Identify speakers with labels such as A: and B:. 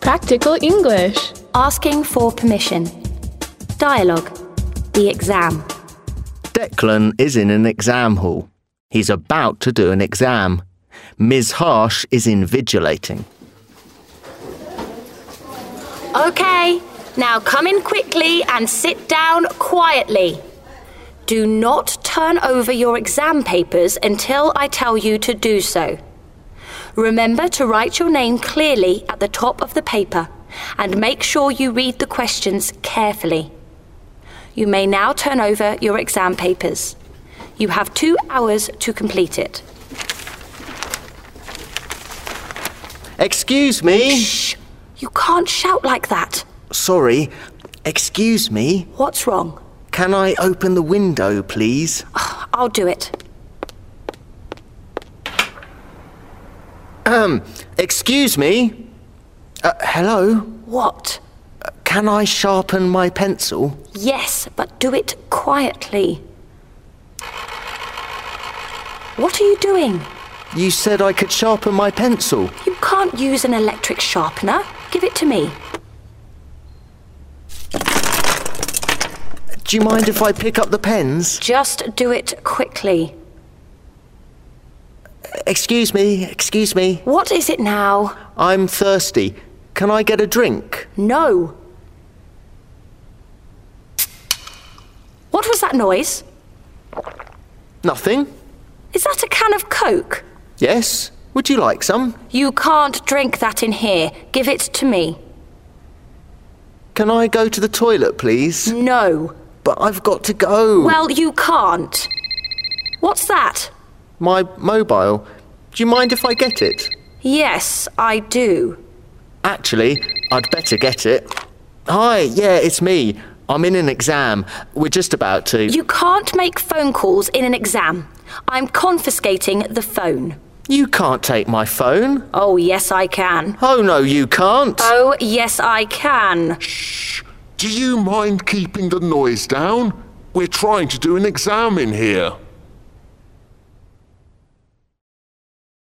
A: Practical English.
B: Asking for permission. Dialogue. The exam.
C: Declan is in an exam hall. He's about to do an exam. Ms. Harsh is invigilating.
B: Okay, now come in quickly and sit down quietly. Do not turn over your exam papers until I tell you to do so. Remember to write your name clearly at the top of the paper and make sure you read the questions carefully. You may now turn over your exam papers. You have two hours to complete it.
C: Excuse me.
B: Shh! You can't shout like that.
C: Sorry. Excuse me.
B: What's wrong?
C: Can I open the window, please?
B: I'll do it.
C: Excuse me. Uh, hello.
B: What?
C: Can I sharpen my pencil?
B: Yes, but do it quietly. What are you doing?
C: You said I could sharpen my pencil.
B: You can't use an electric sharpener. Give it to me.
C: Do you mind if I pick up the pens?
B: Just do it quickly.
C: Excuse me. Excuse me.
B: What is it now?
C: I'm thirsty. Can I get a drink?
B: No. What was that noise?
C: Nothing.
B: Is that a can of Coke?
C: Yes. Would you like some?
B: You can't drink that in here. Give it to me.
C: Can I go to the toilet, please?
B: No.
C: But I've got to go.
B: Well, you can't. What's that?
C: My mobile. Do you mind if I get it?
B: Yes, I do.
C: Actually, I'd better get it. Hi, yeah, it's me. I'm in an exam. We're just about to.
B: You can't make phone calls in an exam. I'm confiscating the phone.
C: You can't take my phone.
B: Oh, yes, I can.
C: Oh, no, you can't.
B: Oh, yes, I can.
D: Do you mind keeping the noise down? We're trying to do an exam in here.